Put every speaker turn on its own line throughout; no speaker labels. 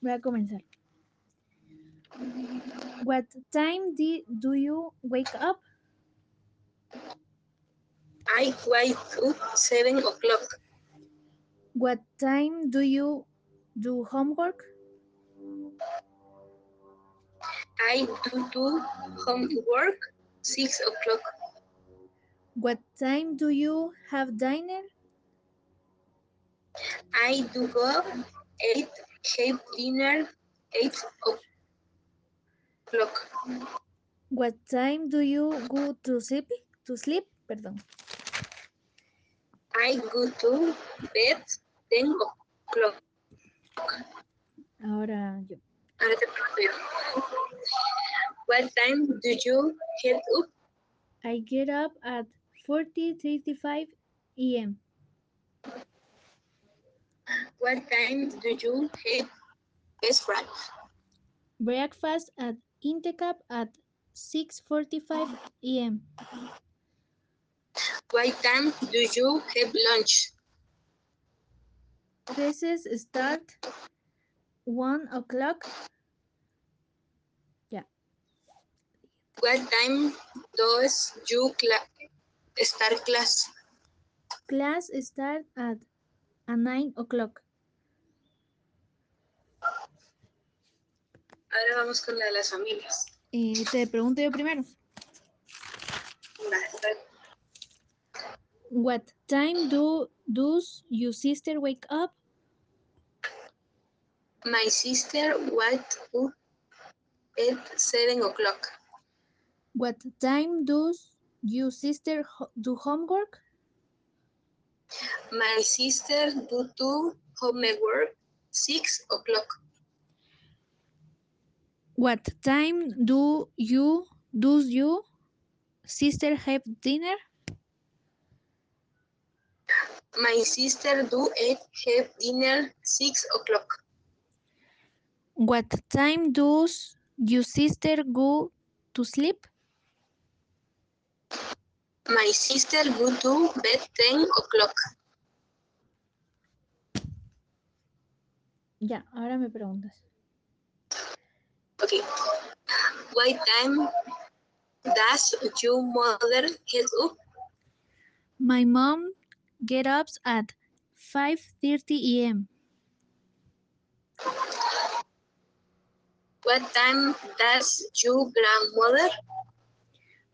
Voy a comenzar. What time di- do you wake up?
I wake up seven o'clock.
What time do you do homework?
I do do homework six o'clock.
What time do you have dinner?
I do go eight have dinner eight o'clock.
What time do you go to sleep? To sleep, perdón.
I go to bed ten o'clock.
Ahora yo.
Ahora te pregunto yo. What time do you get up?
I get up at 40:35 a.m.
What time do you have best friend?
Breakfast at Intecap at 6:45 a.m.
What time do you have lunch?
Classes start 1 o'clock.
What time does you cla- start class?
Class start at uh, 9 o'clock.
Ahora vamos con la de las familias.
Eh, te pregunto yo primero.
La- la-
What time do does your sister wake up?
My sister wakes up at seven o'clock.
What time does your sister ho- do homework?
My sister do do homework six o'clock.
What time do you does your sister have dinner?
My sister do eight have dinner six o'clock.
What time does your sister go to sleep?
My sister go to bed ten o'clock.
Ya, ahora me preguntas.
Okay. What time does your mother get up?
My mom get up at 5:30 a.m.
What time does your grandmother?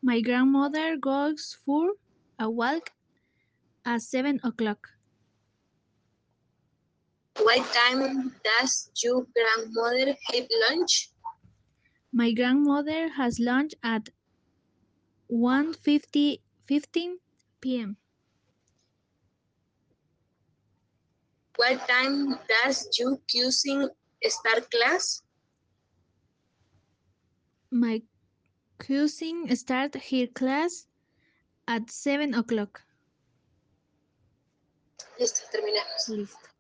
My grandmother goes for a walk at 7 o'clock.
What time does your grandmother have lunch?
My grandmother has lunch at 1:50 15 p.m.
What time does your cousin start class?
My cousin start her class at 7 o'clock.
Listo, terminamos.
Listo.